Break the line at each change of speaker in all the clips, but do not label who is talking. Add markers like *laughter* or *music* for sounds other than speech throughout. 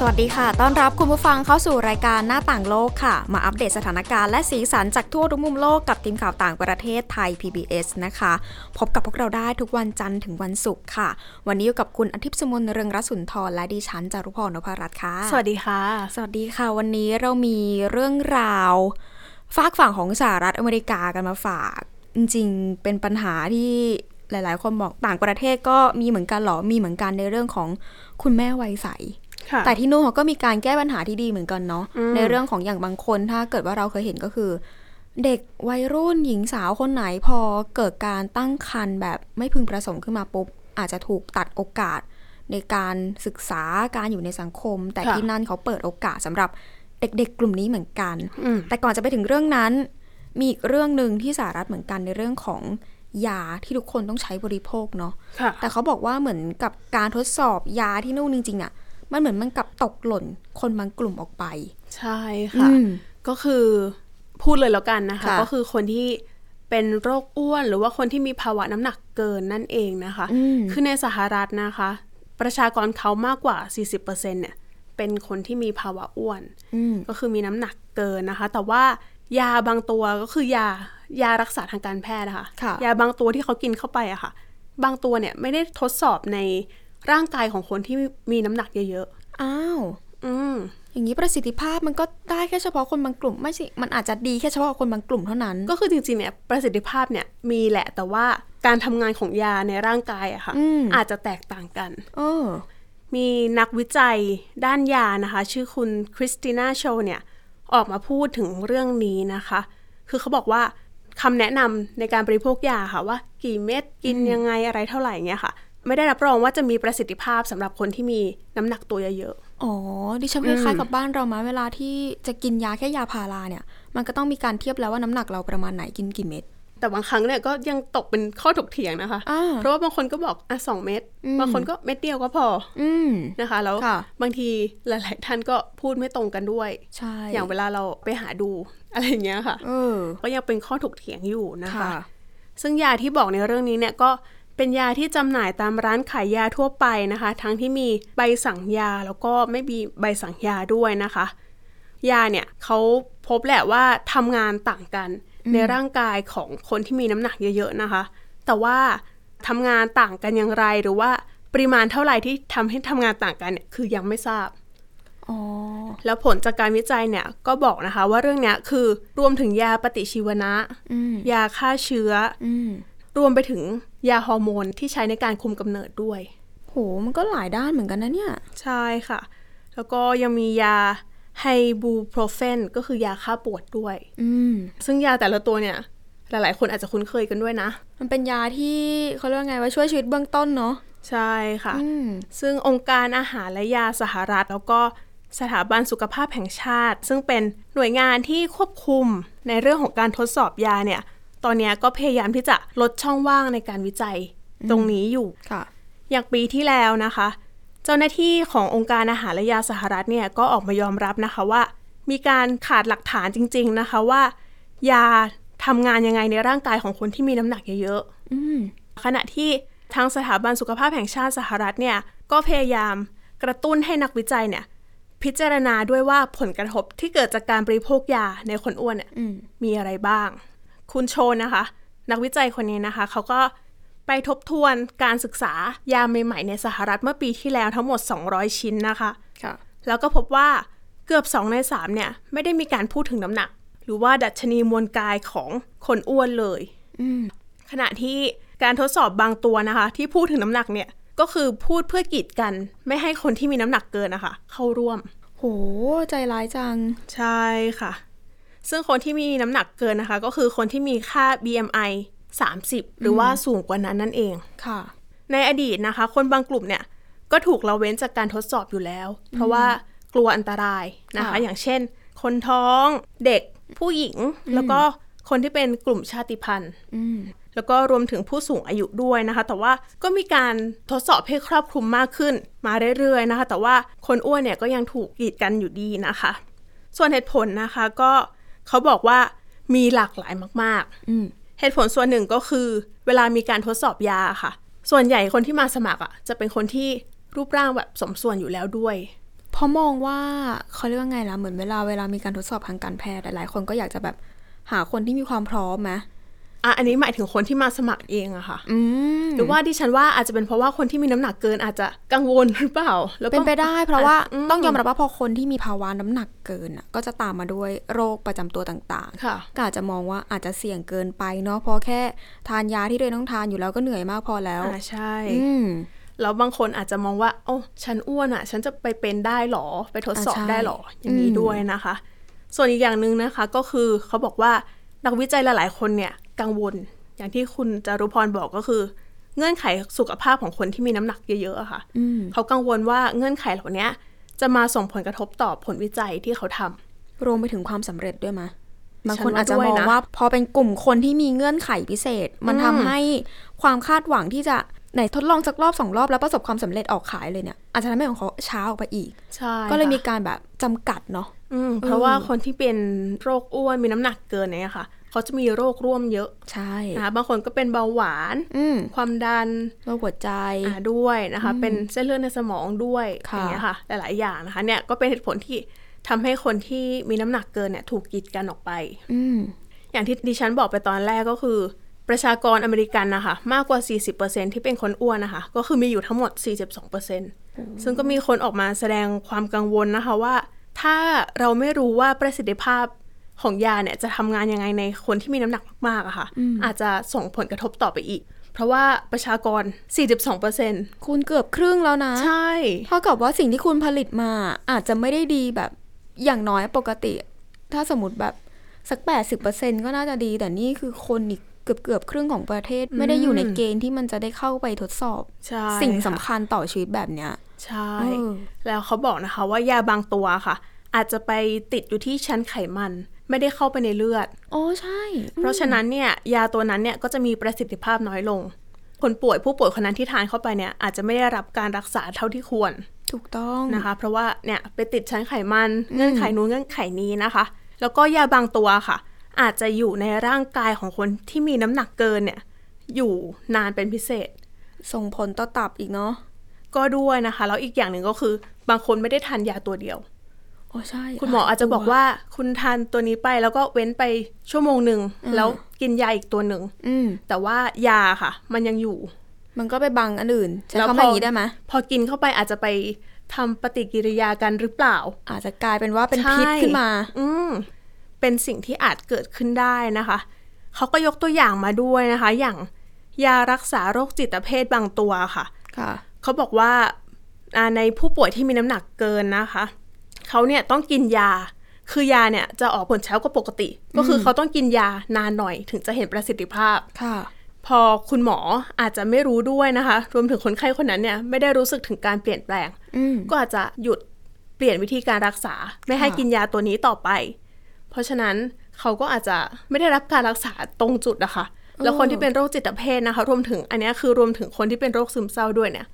สวัสดีค่ะ ต้อนรับคุณผู้ฟังเข้าสู่รายการหน้าต่างโลกค่ะ มาอัปเดตสถานการณ์และสีสันจากทั่วทุกมุมโลกกับทีมข่าวต่างประเทศไทย PBS นะคะ พบกับพวกเราได้ทุกวันจันทร์ถึงวันศุกร์ค่ะ วันนี้อยู่กับคุณอาทิตย์สมนเรืองรัศนทรและดิฉันจารุพรนพรัตน์ค่ะ
สวัสดีค่ะ
สวัสดีค่ะ วันนี้เรามีเรื่องราวฝากฝั่งของสหรัฐอเมริกากันมาฝาก จริงๆ เป็นปัญหาที่หลายๆ คนบอกต่างประเทศก็มีเหมือนกันเหรอมีเหมือนกันในเรื่องของคุณแม่วัยใส
ค่ะ
แต่ที่นู่นเขาก็มีการแก้ปัญหาที่ดีเหมือนกันเนาะ
อืม
ในเรื่องของอย่างบางคนถ้าเกิดว่าเราเคยเห็นก็คือ เด็กวัยรุ่นหญิงสาวคนไหนพอเกิดการตั้งครรภ์แบบไม่พึงประสงค์ขึ้นมาปุ๊บ อาจจะถูกตัดโอกาสในการศึกษาการอยู่ในสังคม แต่ที่นั่นเขาเปิดโอกาสสำหรับเด็กๆ กลุ่มนี้เหมือนกัน
อืม
แต่ก่อนจะไปถึงเรื่องนั้น มีอีกเรื่องหนึ่งที่สหรัฐเหมือนกันในเรื่องของยาที่ทุกคนต้องใช้บริโภคเนาะ
ค่ะ
แต่เขาบอกว่าเหมือนกับการทดสอบยาที่นู่นจริงๆอะ่ะ มันเหมือนมันกับตกหล่นคนบางกลุ่มออกไป
ใช่ค่ะ ก็คือพูดเลยแล้วกันนะคะ
ค่ะ
ก็คือคนที่เป็นโรคอ้วน หรือว่าคนที่มีภาวะน้ำหนักเกินนั่นเองนะคะ
อืม
คือในสหรัฐนะคะ ประชากรเขามากกว่า 40%เนี่ย เป็นคนที่มีภาวะอ้วน
อืม
ก็คือมีน้ำหนักเกินนะคะ แต่ว่ายาบางตัวก็คือยายารักษาทางการแพทย์นะคะ
ค่ะ
ยาบางตัวที่เขากินเข้าไปอะค่ะ บางตัวเนี่ยไม่ได้ทดสอบในร่างกายของคนที่มีน้ำหนักเยอะ
อ้าว
ๆอืม
อย่างนี้ประสิทธิภาพมันก็ได้แค่เฉพาะคนบางกลุ่ม ไม่ใช่ มันอาจจะดีแค่เฉพาะคนบางกลุ่มเท่านั้น
ก็คือจริงๆ เนี่ยประสิทธิภาพเนี่ยมีแหละแต่ว่าการทำงานของยาในร่างกายอะค่ะ
อืม
จจะแตกต่างกัน
เออ
มีนักวิจัยด้านยานะคะ ชื่อคุณคริสติน่าโชเนี่ยออกมาพูดถึงเรื่องนี้นะคะ คือเขาบอกว่าคำแนะนำในการบริโภคยาค่ะว่า กี่เม็ดกินยังไงอะไรเท่าไหร่เงี้ยค่ะ ไม่ได้รับรองว่าจะมีประสิทธิภาพสำหรับคนที่มีน้ำหนักตัวเยอะ
อ๋อ ดิฉันค
อืม
ล้ายๆกับบ้านเรามาเวลาที่จะกินยาแค่ยาพาราเนี่ย มันก็ต้องมีการเทียบแล้วว่าน้ำหนักเราประมาณไหนกินกี่เม็ด
ๆแต่บางครั้งเนี่ยก็ยังตกเป็นข้อถกเถียงนะคะ
อ่า
เพราะว่าบางคนก็บอกอ่ะสองเม็ด
อืม
บางคนก็เม็ดเดียวก็พอ
อืม
นะคะแล้ว
ค่ะ
บางทีหลาย ๆ ท่านก็พูดไม่ตรงกันด้วย
ใช่
อย่างเวลาเราไปหาดูอะไรอย่างเงี้ยค่ะ
เออ
ก็ยังเป็นข้อถกเถียงอยู่นะคะ
ค่ะ
ซึ่งยาที่บอกในเรื่องนี้เนี่ยก็เป็นยาที่จำหน่ายตามร้านขายยาทั่วไปนะคะ ทั้งที่มีใบสั่งยาแล้วก็ไม่มีใบสั่งยาด้วยนะคะ ยาเนี่ยเขาพบแหละว่าทำงานต่างกันในร่างกายของคนที่มีน้ำหนักเยอะๆนะคะ แต่ว่าทำงานต่างกันอย่างไรหรือว่าปริมาณเท่าไหร่ที่ทำให้ทำงานต่างกันเนี่ยคือยังไม่ทราบ
อ๋อ
แล้วผลจากการวิจัยเนี่ยก็บอกนะคะ ว่าเรื่องเนี้ยคือรวมถึงยาปฏิชีวนะ
อืม
ยาฆ่าเชื้อ
อืม
รวมไปถึงยาฮอร์โมนที่ใช้ในการคุมกำเนิดด้วย
โห มันก็หลายด้านเหมือนกันนะเนี่ย
ใช่ค่ะ แล้วก็ยังมียาไฮบูโปรเฟนก็คือยาฆ่าปวดด้วย
อืม
ซึ่งยาแต่ละตัวเนี่ย หลายๆ คนอาจจะคุ้นเคยกันด้วยนะ
มันเป็นยาที่เขาเรียกว่าไงว่าช่วยชีวิตเบื้องต้นเนาะ
ใช่ค่ะ
อืม
ซึ่งองค์การอาหารและยาสหรัฐ แล้วก็สถาบันสุขภาพแห่งชาติ ซึ่งเป็นหน่วยงานที่ควบคุมในเรื่องของการทดสอบยาเนี่ย ตอนเนี้ยก็พยายามที่จะลดช่องว่างในการวิจัยตรงนี้อยู่
ค่ะ
อย่างปีที่แล้วนะคะ เจ้าหน้าที่ขององค์การอาหารและยาสหรัฐเนี่ยก็ออกมายอมรับนะคะว่า มีการขาดหลักฐานจริง ๆนะคะว่า ยาทำงานยังไงในร่างกายของคนที่มีน้ำหนักเยอะ
อืม
ๆขณะที่ทางสถาบันสุขภาพแห่งชาติสหรัฐเนี่ยก็พยายามกระตุ้นให้นักวิจัยเนี่ยพิจารณาด้วยว่าผลกระทบที่เกิดจากการบริโภคยาในคนอ้วนเนี่ย
อืม
มีอะไรบ้าง คุณโชนนะคะ นักวิจัยคนนี้นะคะ เขาก็ไปทบทวนการศึกษายาใหม่ๆในสหรัฐเมื่อปีที่แล้วทั้งหมด 200 ชิ้นนะคะ
ค่ะ
แล้วก็พบว่าเกือบ 2 ใน 3 เนี่ย ไม่ได้มีการพูดถึงน้ำหนัก หรือว่าดัชนีมวลกายของคนอ้วนเลย
อืม
ขณะที่การทดสอบบางตัวนะคะ ที่พูดถึงน้ำหนักเนี่ย ก็คือพูดเพื่อกีดกัน ไม่ให้คนที่มีน้ำหนักเกินนะคะ เข้าร่วม
โห ใจร้ายจัง
ใช่ค่ะ ซึ่งคนที่มีน้ำหนักเกินนะคะ ก็คือคนที่มีค่า BMI 30 หรือว่าสูงกว่านั้นนั่นเอง
ค่ะ
ในอดีตนะคะ คนบางกลุ่มเนี่ย ก็ถูกละเว้นจากการทดสอบอยู่แล้ว เพราะว่ากลัวอันตรายนะคะ
ค่ะ
อย่างเช่น คนท้องเด็กผู้หญิง แล้วก็คนที่เป็นกลุ่มชาติพันธุ์
อืม
แล้วก็รวมถึงผู้สูงอายุด้วยนะคะ แต่ว่าก็มีการทดสอบให้ครอบคลุมมากขึ้น มาเรื่อยๆนะคะ แต่ว่าคนอ้วนเนี่ยก็ยังถูกกีดกันอยู่ดีนะคะ ส่วนเหตุผลนะคะก็เขาบอกว่ามีหลากหลายมาก
อืม
ๆ เหตุผลส่วนหนึ่งก็คือเวลามีการทดสอบยาค่ะ ส่วนใหญ่คนที่มาสมัครอ่ะจะเป็นคนที่รูปร่างแบบสมส่วนอยู่แล้วด้วย
เพราะมองว่าเขาเรียกว่าไงล่ะเหมือนเวลาเวลามีการทดสอบทางการแพทย์หลายๆ คนก็อยากจะแบบหาคนที่มีความพร้อมไหม
อ่ะอันนี้หมายถึงคนที่มาสมัครเองอะค่ะ
อืม
หรือว่าดิฉันว่าอาจจะเป็นเพราะว่าคนที่มีน้ำหนักเกินอาจจะกังวลหรือเปล่า แล้วก็
เป็นไปได้ เพราะว่า
อื
ต้องยอมรับว่าพอคนที่มีภาวะน้ำหนักเกินน่ะก็จะตามมาด้วยโรคประจำตัวต่างๆ
ค่ะ
ก็อาจจะมองว่าอาจจะเสี่ยงเกินไปเนาะเพราะแค่ทานยาที่ตัวเองต้องทานอยู่แล้วก็เหนื่อยมากพอแล้ว
อ่าใช่
อืม
แล้วบางคนอาจจะมองว่าโอ้ฉันอ้วนอะฉันจะไปเป็นได้หรอ ไปทดสอบ
อ่าใช่
ได้หรอ อย่างนี้
อืม
ด้วยนะคะ ส่วนอีกอย่างหนึ่งนะคะก็คือเขาบอกว่านักวิจัยหลาย ๆ คนเนี่ยกังวล อย่างที่คุณจารุพรบอกก็คือ เงื่อนไขสุขภาพของคนที่มีน้ำหนักเยอะๆอะค่ะ
อืม
เขากังวลว่าเงื่อนไขเหล่านี้จะมาส่งผลกระทบต่อผลวิจัยที่เขาทำ
รวมไปถึงความสำเร็จด้วยมะบาง
ฉัน
คนอาจจะมอง
ว่าด้วยนะ
ว่าพอเป็นกลุ่มคนที่มีเงื่อนไขพิเศษ มันทำให้ความคาดหวังที่จะไหนทดลองสักรอบสองรอบแล้วประสบความสำเร็จออกขายเลยเนี่ยอาจจะทำให้ของเขาช้าออกไปอีก
ใช่
ก็เลย
ค่ะ
มีการแบบจำกัดเนาะ
อืม
เออ
เพราะว่าคนที่เป็นโรคอ้วนมีน้ำหนักเกินเนี่ยค่ะ เขาจะมีโรคร่วมเยอะ
ใช่
นะคะบางคนก็เป็นเบาหวาน
อืม
ความดัน
โรคหัวใจ
อ่าด้วยนะคะ เป็นเส้นเลือดในสมองด้วยอ
ค่ะ
ย่างเงี้ยค่ะหลายๆอย่างนะคะเนี่ยก็เป็นเหตุผลที่ทำให้คนที่มีน้ำหนักเกินเนี่ยถูกกีดกันออกไป
อืม
อย่างที่ดิฉันบอกไปตอนแรกก็คือ ประชากรอเมริกันนะคะมากกว่า 40%ที่เป็นคนอ้วนนะคะ ก็คือมีอยู่ทั้งหมด 42%ซึ่งก็มีคนออกมาแสดงความกังวลนะคะว่า ถ้าเราไม่รู้ว่าประสิทธิภาพของยาเนี่ยจะทำงานยังไงในคนที่มีน้ำหนักมากๆอะค่ะ อาจจะส่งผลกระทบต่อไปอีก เพราะว่าประชากร 42%
คุณเกือบครึ่งแล้วนะ
ใช่
เท่ากับว่าสิ่งที่คุณผลิตมาอาจจะไม่ได้ดีแบบอย่างน้อยปกติ ถ้าสมมติแบบสัก 80%ก็น่าจะดี แต่นี่คือคนอีกเกือบเกือบๆครึ่งของประเทศ ไม่ได้อยู่ในเกณฑ์ที่มันจะได้เข้าไปทดสอบ
ใช่
สิ่ง
ค่ะ
สำคัญต่อชีวิตแบบเนี้ย
ใช่
เออ
แล้วเขาบอกนะคะว่ายาบางตัวค่ะ อาจจะไปติดอยู่ที่ชั้นไขมัน ไม่ได้เข้าไปในเลือด
โอ้ใช่
เพราะฉะนั้นเนี่ยยาตัวนั้นเนี่ยก็จะมีประสิทธิภาพน้อยลง คนป่วยผู้ป่วยคนนั้นที่ทานเข้าไปเนี่ยอาจจะไม่ได้รับการรักษาเท่าที่ควร
ถูกต้อง
นะคะ เพราะว่าเนี่ยไปติดชั้นไขมันเงื่อนไขนู้นเงื่อนไขนี้นะคะ แล้วก็ยาบางตัวค่ะ อาจจะอยู่ในร่างกายของคนที่มีน้ำหนักเกินเนี่ยอยู่นานเป็นพิเศษ
ส่งผลต่อตับอีกเนาะ
ก็ด้วยนะคะแล้วอีกอย่างหนึ่งก็คือบางคนไม่ได้ทานยาตัวเดียว
โอ้ใช่
คุณหมออาจจะบอกว่าคุณทานตัวนี้ไปแล้วก็เว้นไปชั่วโมงหนึ่งแล้วกินยาอีกตัวหนึ่ง
อืม
แต่ว่ายาค่ะ มันยังอยู่
มันก็ไปบังอันอื่นใช้
แล้ว
คำ
พ
ว่า
อ
อย่างนี้ได้ไหม
พอกินเข้าไปอาจจะไปทำปฏิกิริยากันหรือเปล่า
อาจจะกลายเป็นว่าเป็น
ใช่
พิษขึ้นมา
อืมเป็นสิ่งที่อาจเกิดขึ้นได้นะคะ เขาก็ยกตัวอย่างมาด้วยนะคะ อย่างยารักษาโรคจิตเภทบางตัวค่ะ
ค่ะ
เขาบอกว่าอ่าในผู้ป่วยที่มีน้ำหนักเกินนะคะ เขาเนี่ยต้องกินยา คือยาเนี่ยจะออกผลเช้ากว่าปกติ ก็คือเขาต้องกินยานานหน่อยถึงจะเห็นประสิทธิภาพ
ค่ะ
พอคุณหมออาจจะไม่รู้ด้วยนะคะ รวมถึงคนไข้คนนั้นเนี่ยไม่ได้รู้สึกถึงการเปลี่ยนแปลง
อืม
ก็อาจจะหยุดเปลี่ยนวิธีการรักษา ไม่ให้
ค่ะ
กินยาตัวนี้ต่อไป เพราะฉะนั้นเขาก็อาจจะไม่ได้รับการรักษาตรงจุดนะคะ แล้วคนที่เป็นโรคจิตเภทนะคะ รวมถึงอันเนี้ยคือรวมถึงคนที่เป็นโรคซึมเศร้าด้วยเนี่ย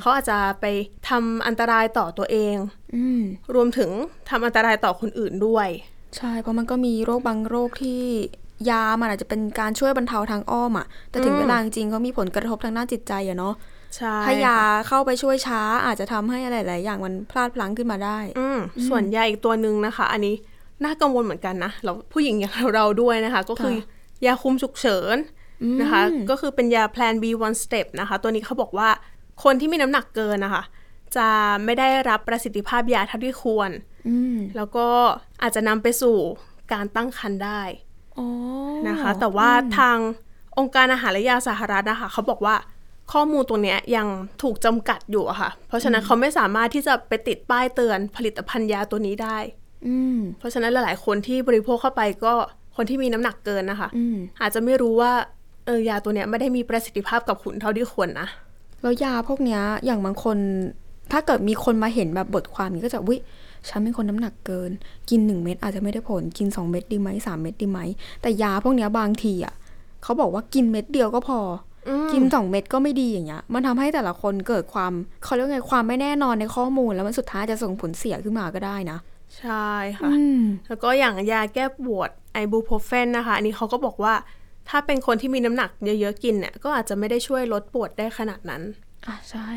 เขาอาจจะไปทำอันตรายต่อตัวเอง
อืม
รวมถึงทำอันตรายต่อคนอื่นด้วย
ใช่ เพราะมันก็มีโรคบางโรคที่ยามันอาจจะเป็นการช่วยบรรเทาทางอ้อมอะแต่ถึงเวลาจริงๆเขามีผลกระทบทางด้านจิตใจอะเนาะ
ใช่
ถ้ายาเข้าไปช่วยช้าอาจจะทำให้อะไรหลายอย่างมันพลาดพลั้งขึ้นมาได้
อืมส่วนยาอีกตัวหนึ่งนะคะ อันนี้น่ากังวลเหมือนกันนะแล้วผู้หญิงอย่างเราๆด้วยนะคะ ก็คือ
ค่ะ
ยาคุมฉุกเฉินนะคะ ก็คือเป็นยา Plan B one step นะคะ ตัวนี้เขาบอกว่าคนที่มีน้ำหนักเกินนะคะ จะไม่ได้รับประสิทธิภาพยาเท่าที่ควร
อืม
แล้วก็อาจจะนำไปสู่การตั้งครรภ์ได้
อ๋อ
นะคะ แต่ว่าทางองค์การอาหารและยาสหรัฐนะคะเขาบอกว่าข้อมูลตรงเนี้ยยังถูกจำกัดอยู่อะค่ะ เพราะฉะนั้นเขาไม่สามารถที่จะไปติดป้ายเตือนผลิตภัณฑ์ยาตัวนี้ได้
อืม
เพราะฉะนั้นหลาย ๆ คนที่บริโภคเข้าไปก็คนที่มีน้ำหนักเกินนะคะ
อืม
อาจจะไม่รู้ว่าเออยาตัวเนี้ยไม่ได้มีประสิทธิภาพกับคุณเท่าที่ควรนะ
แล้วยาพวกเนี้ยอย่างบางคน ถ้าเกิดมีคนมาเห็นแบบบทความนี้ก็จะวิฉันเป็นคนน้ำหนักเกิน กินหนึ่งเม็ดอาจจะไม่ได้ผลกินสองเม็ดดีไหมสามเม็ดดีไหมแต่ยาพวกเนี้ยบางทีอ่ะ เขาบอกว่ากินเม็ดเดียวก็พออ
ม
กินสองเม็ดก็ไม่ดีอย่างเงี้ย มันทำให้แต่ละคนเกิดความเขาเรียกว่าไงความไม่แน่นอนในข้อมูล แล้วมันสุดท้ายจะส่งผลเสียขึ้นมาก็ได้นะ
ใช่ค่ะ
อืม
แล้วก็อย่างยาแก้ปวดไอบูโพรเฟนนะคะ อันนี้เขาก็บอกว่าถ้าเป็นคนที่มีน้ำหนักเยอะๆกินเนี่ยก็อาจจะไม่ได้ช่วยลดปวดได้ขนาดนั้น
อ่ะใช่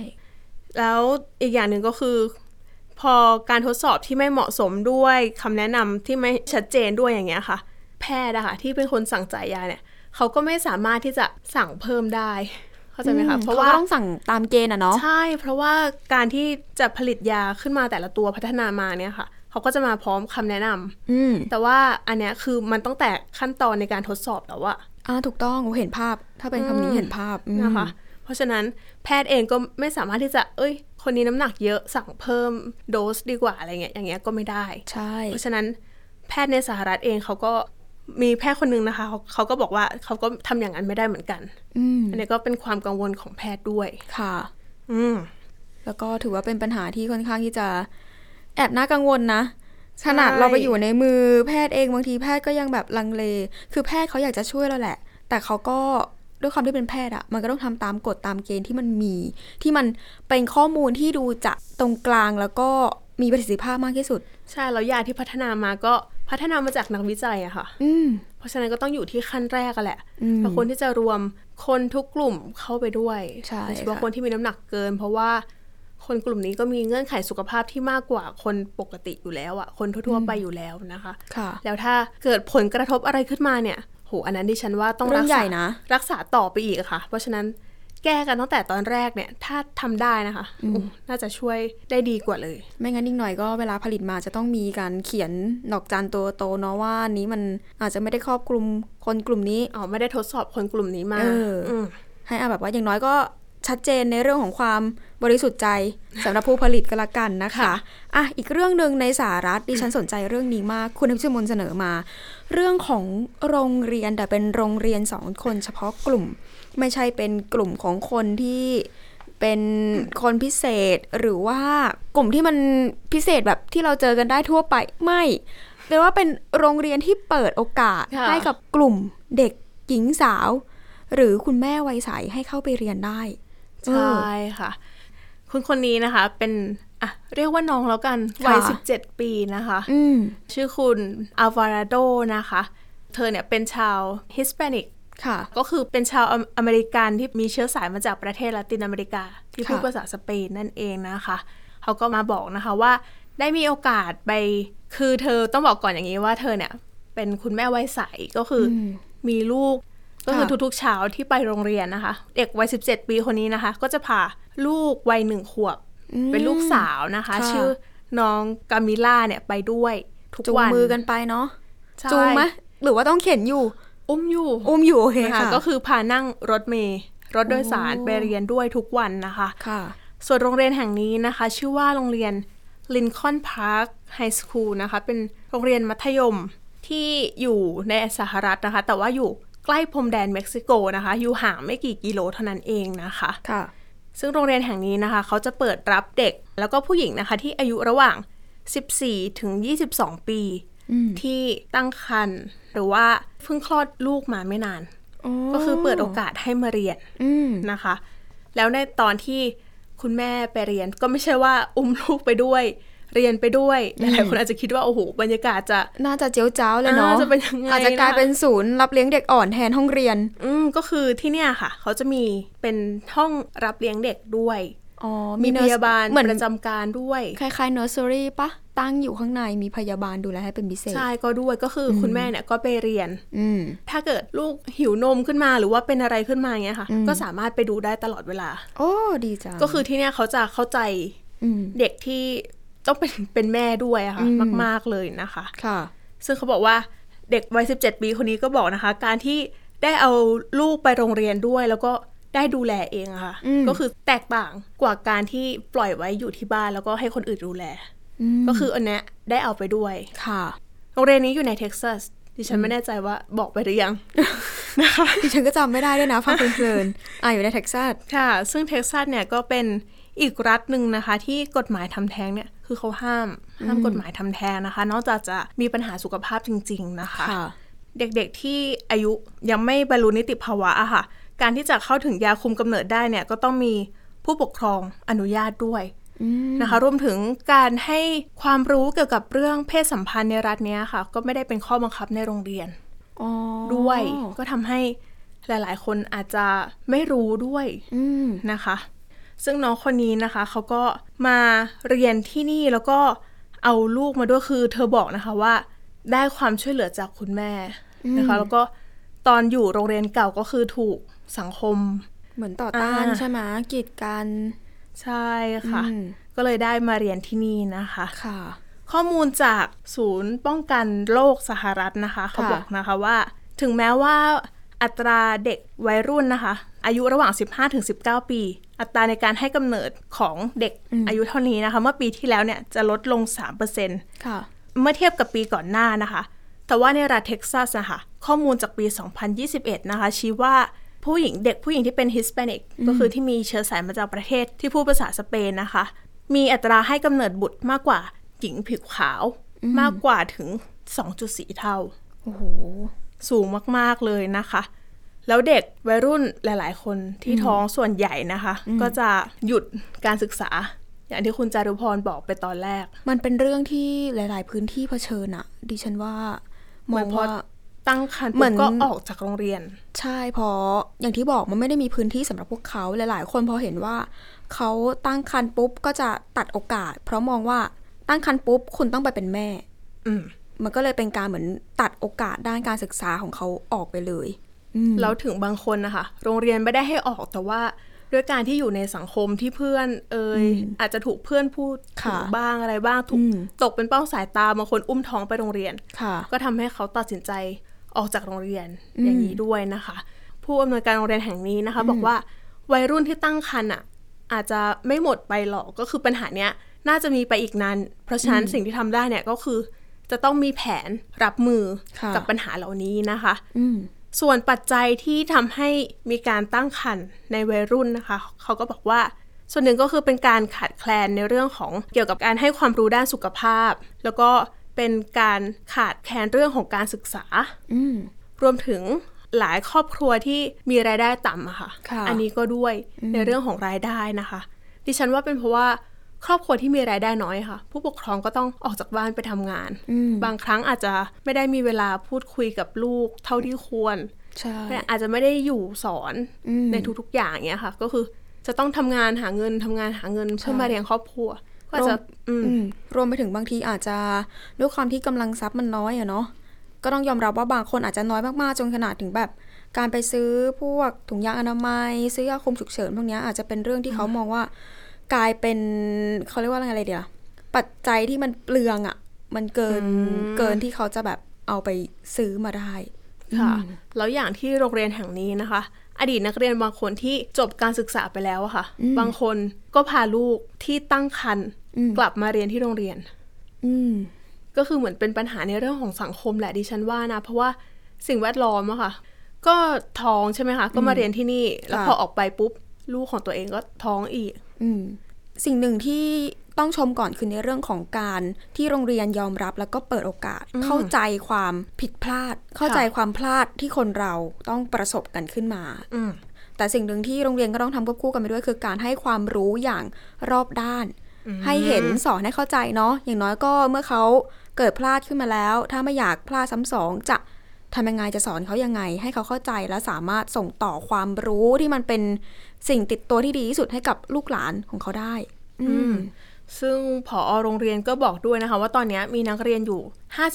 แล้วอีกอย่างหนึ่งก็คือ พอการทดสอบที่ไม่เหมาะสมด้วยคำแนะนำที่ไม่ชัดเจนด้วยอย่างเงี้ยค่ะ แพทย์อะค่ะที่เป็นคนสั่งจ่ายยาเนี่ยเขาก็ไม่สามารถที่จะสั่งเพิ่มได้ เข้าใจไหมคะเพ
เพ
ราะ
ราะ
ว่า
ว่าต้องสั่งตามเกณฑ์อ่ะเนาะ
ใช่ เพราะว่าการที่จะผลิตยาขึ้นมาแต่ละตัวพัฒนามาเนี่ยค่ะ เขาก็จะมาพร้อมคำแนะนำ
อืม
แต่ว่าอันเนี้ยคือมันต้องแตกขั้นตอนในการทดสอบแล้วอะ
อ่าถูกต้องโอ้เห็นภาพ ถ้าเป็นคำนี้เห็นภาพอืม
นะคะ เพราะฉะนั้นแพทย์เองก็ไม่สามารถที่จะ เอ้ย คนนี้น้ำหนักเยอะสั่งเพิ่มโดสดีกว่าอะไรเงี้ย อย่างเงี้ยก็ไม่ได้
ใช่
เพราะฉะนั้นแพทย์ในสหรัฐเองเขาก็มีแพทย์คนหนึงนะคะเขาเขาก็บอกว่าเขาก็ทำอย่างนั้นไม่ได้เหมือนกัน
อืม
อันเนี้ยก็เป็นความกังวลของแพทย์ด้วย
ค่ะ
อืม
แล้วก็ถือว่าเป็นปัญหาที่ค่อนข้างที่จะแอบน่ากังวลนะ ขนาดเราไปอยู่ในมือแพทย์เองบางทีแพทย์ก็ยังแบบลังเล คือแพทย์เขาอยากจะช่วยเราแหละ แต่เขาก็ด้วยความที่เป็นแพทย์อะมันก็ต้องทำตามกฎตามเกณฑ์ที่มันมี ที่มันเป็นข้อมูลที่ดูจะตรงกลางแล้วก็มีประสิทธิภาพมากที่สุด
ใช่แล้วยาที่พัฒนามาก็พัฒนามาจากนักวิจัยอะค่ะ
อืม
เพราะฉะนั้นก็ต้องอยู่ที่ขั้นแรกอะแหละ
อืม
เราควรที่จะรวมคนทุกกลุ่มเข้าไปด้วย
ใช่
โดยเฉพาะ
ค่ะ
คนที่มีน้ำหนักเกิน เพราะว่าคนกลุ่มนี้ก็มีเงื่อนไขสุขภาพที่มากกว่าคนปกติอยู่แล้วอะคนทั่วๆไปอยู่แล้วนะคะ
ค่ะ
แล้วถ้าเกิดผลกระทบอะไรขึ้นมาเนี่ยโหอันนั้นดิฉันว่าต้อง
เรื่
รั
อก งใหญ่
ษา
นะ
รักษาต่อไปอีกอะค่ะ เพราะฉะนั้นแก้กันตั้งแต่ตอนแรกเนี่ย ถ้าทำได้นะคะโอ้น่าจะช่วยได้ดีกว่าเลย
ไม่งั้นอีกหน่อยก็เวลาผลิตมาจะต้องมีการเขียนดอกจันตัวโตเนาะว่าอันนี้มันอาจจะไม่ได้ครอบคลุมคนกลุ่มนี้
อ๋อไม่ได้ทดสอบคนกลุ่มนี้มา
เอออื
ม
ให้เอาแบบว่าอย่างน้อยก็ชัดเจนในเรื่องของความบริสุทธิ์ใจสำหรับผู้ผลิตก็แล้วกันนะคะอ่ะอีกเรื่องหนึ่งในสหรัฐดิฉันสนใจเรื่องนี้มาก คุณอภิชมนเสนอมา เรื่องของโรงเรียนแต่เป็นโรงเรียนสองคนเฉพาะกลุ่ม ไม่ใช่เป็นกลุ่มของคนที่เป็นคนพิเศษหรือว่ากลุ่มที่มันพิเศษแบบที่เราเจอกันได้ทั่วไปไม่แต่ว่าเป็นโรงเรียนที่เปิดโอกาส
ค่ะ
ให้กับกลุ่มเด็กหญิงสาว หรือคุณแม่วัยใสให้เข้าไปเรียนได้
ใช่ค่ะ คุณคนนี้นะคะ เป็นอ่ะเรียกว่าน้องแล้วกันวัย
ค่ะ
17 ปีนะคะ
อืม
ชื่อคุณอ l v วาราโดนะคะ เธอเนี่ยเป็นชาวฮิสแปนิก
ค่ะ
ก็คือเป็นชาวอเมอเมริกันที่มีเชื้อสายมาจากประเทศละตินอเมริกา ที่พูด
ค่ะ
ภาษาสเปนนั่นเองนะคะ เขาก็มาบอกนะคะว่าได้มีโอกาสไปคือเธอต้องบอกก่อนอย่างนี้ว่าเธอเนี่ยเป็นคุณแม่วัยใสก็คืออ
ม
มีลูก ก็คือ
ค่ะ
ทุกๆเช้าที่ไปโรงเรียนนะคะ เด็กวัย 17 ปีคนนี้นะคะ ก็จะพาลูกวัยหนึ่งขวบ
อืม
เป็นลูกสาวนะคะ
ค่ะ
ชื่อน้องกามิล่าเนี่ยไปด้วยทุก
จูง
วัน
มือกันไปเนาะ
ใช่
จูงไหมหรือว่าต้องเข็นอยู่
อุ้มอยู่
อุ้มอยู่โอเค
นะคะ
ค่ะ
ก็คือพานั่งรถเมย์รถโดยสาร
โอ้
ไปเรียนด้วยทุกวันนะคะ
ค่ะ
ส่วนโรงเรียนแห่งนี้นะคะ ชื่อว่าโรงเรียน Lincoln Park High School นะคะ เป็นโรงเรียนมัธยมที่อยู่ในสหรัฐนะคะ แต่ว่าอยู่ใกล้พรมแดนเม็กซิโกนะคะ อยู่ห่างไม่กี่กิโลเท่านั้นเองนะคะ
ค่ะ
ซึ่งโรงเรียนแห่งนี้นะคะ เขาจะเปิดรับเด็กแล้วก็ผู้หญิงนะคะที่อายุระหว่าง 14 ถึง 22 ปี
อืม
ที่ตั้งครรภ์หรือว่าเพิ่งคลอดลูกมาไม่นาน ก็คือเปิดโอกาสให้มาเรียน
อืม
นะคะ แล้วในตอนที่คุณแม่ไปเรียนก็ไม่ใช่ว่าอุ้มลูกไปด้วย เรียนไปด้วยหลายๆคนอาจจะคิดว่าโอ้โหบรรยากาศจะ
น่าจะเจียวจ้าวเลยเนาะ
อ่าจะเป็นยังไง
อาจจะกลาย
ล่ะ
เป็นศูนย์รับเลี้ยงเด็กอ่อนแทนห้องเรียน
อืมก็คือที่เนี่ยค่ะ เขาจะมีเป็นห้องรับเลี้ยงเด็กด้วย
อ๋อ
มีพ
nurse
ยาบาล
เหมือน
ประจำการด้วย
คล้ายๆ nursery ปะตั้งอยู่ข้างในมีพยาบาลดูแลให้เป็นพิเศษ
ใช่ก็ด้วยก็คืออคุณแม่เนี่ยก็ไปเรียน
อืม
ถ้าเกิดลูกหิวนมขึ้นมาหรือว่าเป็นอะไรขึ้นมาอย่างเงี้ยค่ะ ก็สามารถไปดูได้ตลอดเวลา
โอ้ดีจัง
ก็คือที่เนี่ยเขาจะเข้าใจ
ม
เด็กที่ต้องเป็น *laughs* เป็นแม่ด้วยอะค่ะมาก ๆเลยนะคะ
ค่ะ
ซึ่งเขาบอกว่าเด็กวัย 17 ปีคนนี้ก็บอกนะคะ การที่ได้เอาลูกไปโรงเรียนด้วย แล้วก็ได้ดูแลเองอะค่ะ
อืม
ก็คือแตกต่างกว่าการที่ปล่อยไว้อยู่ที่บ้านแล้วก็ให้คนอื่นดูแล
อืม
ก็คืออันเนี้ยได้เอาไปด้วย
ค่ะ
โรงเรียนนี้อยู่ในเท็กซัสดิฉันไม่แน่ใจว่าบอกไปหรือยัง
*laughs*
นะคะ
ดิฉันก็จำไม่ได้ด้วยนะฟังเพลินๆอ่ะอยู่ในเท็กซัส
ค่ะ ซึ่งเท็กซัสเนี่ยก็เป็นอีกรัฐหนึ่งนะคะ ที่กฎหมายทำแท้งเนี่ยคือเขาห้ามห้ามกฎหมายทำแท้งนะคะ นอกจากจะมีปัญหาสุขภาพจริง ๆ นะคะ เด็กๆที่อายุยังไม่บรรลุนิติภาวะอะค่ะ การที่จะเข้าถึงยาคุมกำเนิดได้เนี่ยก็ต้องมีผู้ปกครองอนุญาตด้วยนะคะ รวมถึงการให้ความรู้เกี่ยวกับเรื่องเพศสัมพันธ์ในรัฐเนี้ยค่ะ ก็ไม่ได้เป็นข้อบังคับในโรงเรียน
อ๋อ
ด้วยก็ทำให้หลาย ๆ คนอาจจะไม่รู้ด้วย
อืม
นะคะ ซึ่งน้องคนนี้นะคะเขาก็มาเรียนที่นี่แล้วก็เอาลูกมาด้วยคือ เธอบอกนะคะว่าได้ความช่วยเหลือจากคุณแม่นะคะ แล้วก็ตอนอยู่โรงเรียนเก่าก็คือถูกสังคม
เหมือนต่อต้าน
อ่า
ใช่ไหมกีดกัน
ใช่ค่ะ
อืม
ก็เลยได้มาเรียนที่นี่นะคะ
ค่ะ
ข้อมูลจากศูนย์ป้องกันโรคสหรัฐนะคะเขาบอกนะคะว่า ถึงแม้ว่าอัตราเด็กวัยรุ่นนะคะ อายุระหว่าง 15-19 ปี อัตราในการให้กำเนิดของเด็กอายุเท่านี้นะคะ เมื่อปีที่แล้วเนี่ยจะลดลง 3%
ค่ะ
เมื่อเทียบกับปีก่อนหน้านะคะ แต่ว่าในรัฐเท็กซัสนะคะ ข้อมูลจากปี 2021 นะคะ ชี้ว่าผู้หญิงเด็กผู้หญิงที่เป็นฮิสแปนิกก็คือที่มีเชื้อสายมาจากประเทศที่พูดภาษาสเปนนะคะ มีอัตราให้กำเนิดบุตรมากกว่าหญิงผิวขาวมากกว่าถึง 2.4 เท่า
โอ้โห
สูงมาก ๆ เลยนะคะ แล้วเด็กวัยรุ่นหลาย ๆ คนที่ท้องส่วนใหญ่นะคะ ก็จะหยุดการศึกษา อย่างที่คุณจารุพรบอกไปตอนแรก
มันเป็นเรื่องที่หลาย ๆ พื้นที่เผชิญอะดิฉันว่าม
เหมื
อ
องนพอ
ว่า
ตั้งครรภ์
เหมื
ปุ๊
อน
บก็ออกจากโรงเรียน
ใช่เพออย่างที่บอกมันไม่ได้มีพื้นที่สำหรับพวกเขาหลาย ๆ คนพอเห็นว่า เขาตั้งครรภ์ปุ๊บก็จะตัดโอกาส เพราะมองว่าตั้งครรภ์ปุ๊บคุณต้องไปเป็นแม่
อืม
มันก็เลยเป็นการเหมือนตัดโอกาสด้านการศึกษาของเขาออกไปเลยอืม
แล้วถึงบางคนนะคะ โรงเรียนไม่ได้ให้ออกแต่ว่า ด้วยการที่อยู่ในสังคมที่เพื่อน เอ่ยอาจจะถูกเพื่อนพูดถึงบ้างอะไรบ้างถูกตกเป็นเป้าสายตาบางคนอุ้มท้องไปโรงเรียน
ค่ะ
ก็ทำให้เขาตัดสินใจออกจากโรงเรียนอย่างนี้ด้วยนะคะ ผู้อำนวยการโรงเรียนแห่งนี้นะคะ บอกว่าวัยรุ่นที่ตั้งครรภ์อ่ะอาจจะไม่หมดไปหรอกก็คือปัญหาเนี้ยน่าจะมีไปอีกนานเพราะฉะนั้นสิ่งที่ทำได้เนี่ยก็คือ จะต้องมีแผนรับมือ
ค่ะ
กับปัญหาเหล่านี้นะคะ
อืม
ส่วนปัจจัยที่ทำให้มีการตั้งครรภ์ในวัยรุ่นนะคะ เขาก็บอกว่า ส่วนหนึ่งก็คือเป็นการขาดแคลนในเรื่องของเกี่ยวกับการให้ความรู้ด้านสุขภาพ แล้วก็เป็นการขาดแคลนเรื่องของการศึกษา
อืม
รวมถึงหลายครอบครัวที่มีรายได้ต่ำอะค่ะ
ค่ะ
อันี้ก็ด้วยในเรื่องของรายได้นะคะ ดิฉันว่าเป็นเพราะว่าครอบครัวที่มีรายได้น้อยค่ะ ผู้ปกครองก็ต้องออกจากบ้านไปทำงาน
อืม
บางครั้งอาจจะไม่ได้มีเวลาพูดคุยกับลูกเท่าที่ควร
ใช่
อาจจะไม่ได้อยู่สอน
อืม
ในทุกๆอย่างเนี้ยค่ะ ก็คือจะต้องทำงานหาเงินทำงานหาเงินเพื่อมาเลี้ยงครอบครัว ก็อาจจะอืม
อืมรวมไปถึงบางทีอาจจะด้วยความที่กำลังทรัพย์มันน้อยอะเนาะก็ต้องยอมรับว่าบางคนอาจจะน้อยมากๆจนขนาดถึงแบบ การไปซื้อพวกถุงยางอนามัย ซื้อยาคุมฉุกเฉินพวกเนี้ยอาจจะเป็นเรื่องที่เขามองว่ากลายเป็นเขาเรียกว่าอะไรเดียวปัจจัยที่มันเปลืองอะมันเกินเกินที่เขาจะแบบเอาไปซื้อมาได้
ค่ะแล้วอย่างที่โรงเรียนแห่งนี้นะคะ อดีตนักเรียนบางคนที่จบการศึกษาไปแล้วอะค่ะ บางคนก็พาลูกที่ตั้งครรภ์
อืม
กลับมาเรียนที่โรงเรียน
อืม
ก็คือเหมือนเป็นปัญหาในเรื่องของสังคมแหละดิฉันว่านะ เพราะว่าสิ่งแวดล้อมอะค่ะ ก็ท้องใช่ไหมคะก็มาเรียนที่นี่ แล้ว
ค่ะ
พอออกไปปุ๊บลูกของตัวเองก็ท้องอีก
อืมสิ่งหนึ่งที่ต้องชมก่อนคือในเรื่องของการที่โรงเรียนยอมรับแล้วก็เปิดโอกาส เข้าใจความผิดพลาด เข้าใจความพลาดที่คนเราต้องประสบกันขึ้นมา
อืม
แต่สิ่งหนึ่งที่โรงเรียนก็ต้องทำควบคู่กันไปด้วย คือการให้ความรู้อย่างรอบด้าน ให้เห็นสอนให้เข้าใจเนาะอย่างน้อยก็เมื่อเขาเกิดพลาดขึ้นมาแล้ว ถ้าไม่อยากพลาดซ้ำสองจะทำยังไงจะสอนเขายังไง ให้เขาเข้าใจและสามารถส่งต่อความรู้ที่มันเป็นสิ่งติดตัวที่ดีที่สุดให้กับลูกหลานของเขาได้ อืม
ซึ่งผอโรงเรียนก็บอกด้วยนะคะ ว่าตอนเนี้ยมีนักเรียนอยู่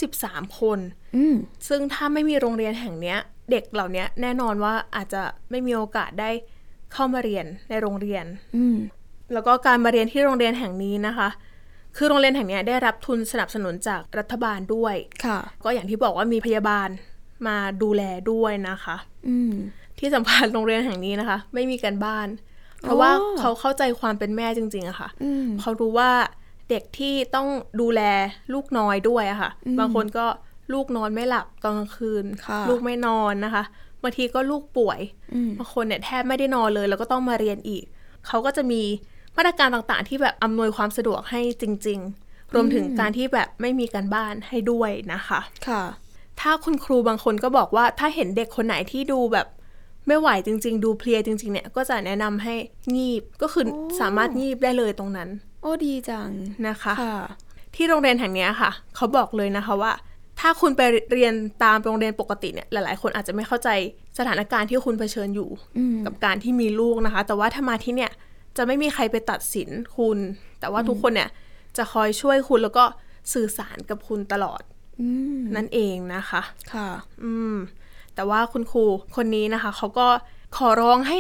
53 คน
อืม
ซึ่งถ้าไม่มีโรงเรียนแห่งเนี้ย เด็กเหล่าเนี้ยแน่นอนว่าอาจจะไม่มีโอกาสได้เข้ามาเรียนในโรงเรียน
อืม
แล้วก็การมาเรียนที่โรงเรียนแห่งนี้นะคะ คือโรงเรียนแห่งเนี้ยได้รับทุนสนับสนุนจากรัฐบาลด้วย
ค่ะ
ก็อย่างที่บอกว่ามีพยาบาลมาดูแลด้วยนะคะ
อืม
ที่สำคัญโรงเรียนแห่งนี้นะคะ ไม่มีการบ้าน เพราะว่า
อ๋อ
เขาเข้าใจความเป็นแม่จริงๆอะค่ะ
อืม
เขารู้ว่าเด็กที่ต้องดูแลลูกน้อยด้วยอะค่ะ บางคนก็ลูกนอนไม่หลับตอนกลางคืน
ค่ะ
ลูกไม่นอนนะคะบางทีก็ลูกป่วยบางคนเนี่ยแทบไม่ได้นอนเลย แล้วก็ต้องมาเรียนอีก เขาก็จะมีมาตรการต่างๆ ที่แบบอำนวยความสะดวกให้จริง ๆ รวมถึงการที่แบบไม่มีการบ้านให้ด้วยนะคะ
ค่ะ
ถ้าคุณครูบางคนก็บอกว่าถ้าเห็นเด็กคนไหนที่ดูแบบไม่ไหวจริง ๆ ดูเพลียจริง ๆ เนี่ยก็จะแนะนำให้งีบก็คือสามารถงีบได้เลยตรงนั้น
โอ้ดีจัง
นะคะ
ค่ะ
ที่โรงเรียนแห่งเนี้ยค่ะ เขาบอกเลยนะคะว่า ถ้าคุณไปเรียนตามโรงเรียนปกติเนี่ยหลายๆ คนอาจจะไม่เข้าใจสถานการณ์ที่คุณเผชิญอยู่ กับการที่มีลูกนะคะ แต่ว่าถ้ามาที่เนี่ยจะไม่มีใครไปตัดสินคุณ แต่ว่าทุกคนเนี่ยจะคอยช่วยคุณแล้วก็สื่อสารกับคุณตลอด
อืม
นั่นเองนะคะ
ค่ะ
อืม แต่ว่าคุณครูคนนี้นะคะเขาก็ขอร้องให้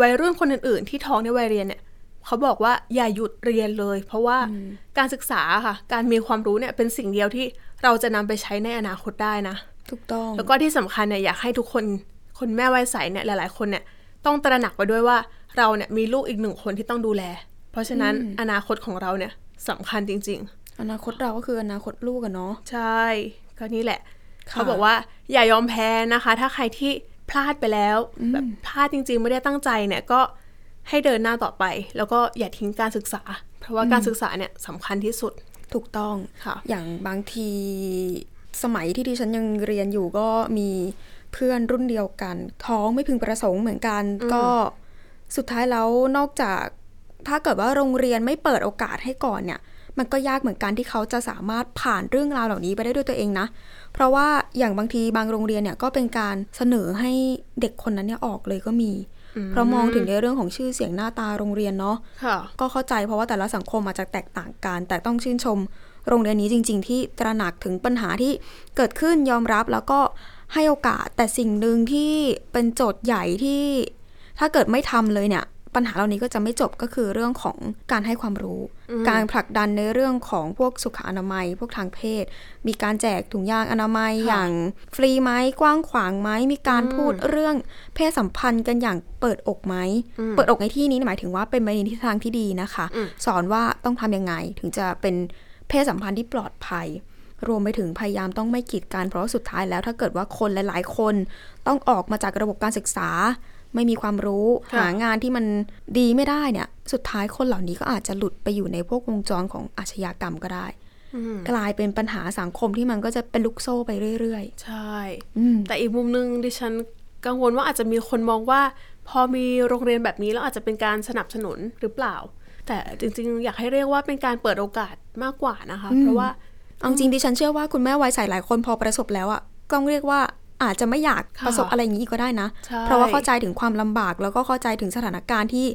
วัยรุ่นคนอื่นๆ ที่ท้องในวัยเรียนเนี่ยเขาบอกว่าอย่าหยุดเรียนเลย เพราะว่าการศึกษาค่ะ การมีความรู้เนี่ยเป็นสิ่งเดียวที่เราจะนำไปใช้ในอนาคตได้นะ
ถูกต้อง
แล้วก็ที่สำคัญเนี่ยอยากให้ทุกคนคนแม่วัยใสเนี่ยหลาย ๆ คนเนี่ยต้องตระหนักไปด้วยว่าเราเนี่ยมีลูกอีกหนึ่งคนที่ต้องดูแล เพราะฉะนั้นอนาคตของเราเนี่ยสำคัญจริง ๆ
อนาคตเราก็คืออนาคตลูกอะเนาะ
ใช่ ก็นี่แหละ
ค่ะ
เขาบอกว่าอย่ายอมแพ้นะคะ ถ้าใครที่พลาดไปแล้ว แบบพลาดจริงๆ ไม่ได้ตั้งใจเนี่ยก็ให้เดินหน้าต่อไป แล้วก็อย่าทิ้งการศึกษา เพราะว่าการศึกษาเนี่ยสำคัญที่สุด
ถูกต้อง
ค่ะ
อย่างบางทีสมัยที่ดิฉันยังเรียนอยู่ก็มีเพื่อนรุ่นเดียวกัน ท้องไม่พึงประสงค์เหมือนกัน ก็สุดท้ายแล้วนอกจากถ้าเกิดว่าโรงเรียนไม่เปิดโอกาสให้ก่อนเนี่ย มันก็ยากเหมือนกันที่เขาจะสามารถผ่านเรื่องราวเหล่านี้ไปได้ด้วยตัวเองนะ เพราะว่าอย่างบางทีบางโรงเรียนเนี่ยก็เป็นการเสนอให้เด็กคนนั้นเนี่ยออกเลยก็มี เพราะมองถึงในเรื่องของชื่อเสียงหน้าตาโรงเรียนเนาะ
ค่ะ
ก็เข้าใจเพราะว่าแต่ละสังคมอาจจะแตกต่างกัน แต่ต้องชื่นชมโรงเรียนนี้จริง ๆ ที่ตระหนักถึงปัญหาที่เกิดขึ้นยอมรับแล้วก็ให้โอกาสแต่สิ่งหนึ่งที่เป็นโจทย์ใหญ่ที่ ถ้าเกิดไม่ทำเลยเนี่ย ปัญหาเหล่านี้ก็จะไม่จบก็คือเรื่องของการให้ความรู้ การผลักดันในเรื่องของพวกสุขอนามัย พวกทางเพศ มีการแจกถุงยางอนามัย
ค่ะ
อย่างฟรีไหมกว้างขวางไหมมีการพูดเรื่องเพศสัมพันธ์กันอย่างเปิดอกไหม เปิดอกในที่นี้หมายถึงว่าเป็นไปในทิศทางที่ดีนะคะ สอนว่าต้องทำยังไงถึงจะเป็นเพศสัมพันธ์ที่ปลอดภัย รวมไปถึงพยายามต้องไม่กีดกันเพราะว่าสุดท้ายแล้วถ้าเกิดว่าคนหลาย ๆ คนต้องออกมาจากระบบการศึกษา ไม่มีความรู้
ค่ะ
หางานที่มันดีไม่ได้เนี่ย สุดท้ายคนเหล่านี้ก็อาจจะหลุดไปอยู่ในพวกวงจรของอาชญากรรมก็ได้ กลายเป็นปัญหาสังคมที่มันก็จะเป็นลูกโซ่ไปเรื่อย
ใช่
ๆ อืม
แต่อีกมุมหนึงดิฉันกังวลว่าอาจจะมีคนมองว่า พอมีโรงเรียนแบบนี้แล้วอาจจะเป็นการสนับสนุนหรือเปล่า แต่จริงๆ อยากให้เรียกว่าเป็นการเปิดโอกาสมากกว่านะคะ เพราะว่า
เอาจริงดิฉันเชื่อว่าคุณแม่วัยใสหลายคนพอประสบแล้วอะก็เรียกว่าอาจจะไม่อยาก
ค่ะ
ประสบอะไรอย่างนี้อีกก็ได้นะ
ใช่
เพราะว่าเข้าใจถึงความลำบากแล้วก็เข้าใจถึงสถานการณ์ที่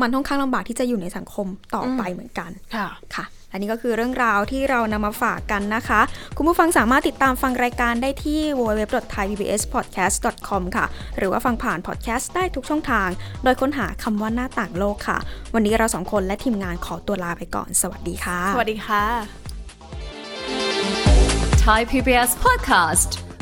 มันค่อนข้างลำบากที่จะอยู่ในสังคมต่ออไปเหมือนกัน
ค่ะ
ค่ะ อันนี้ก็คือเรื่องราวที่เรานำมาฝากกันนะคะ คุณผู้ฟังสามารถติดตามฟังรายการได้ที่ www.thaipbspodcast.com ค่ะ หรือว่าฟังผ่านพอดแคสต์ได้ทุกช่องทาง โดยค้นหาคำว่าหน้าต่างโลกค่ะ วันนี้เราสองคนและทีมงานขอตัวลาไปก่อน สวัสดีค่ะ
สวัสดีค่ะ
Thai PBS podcast.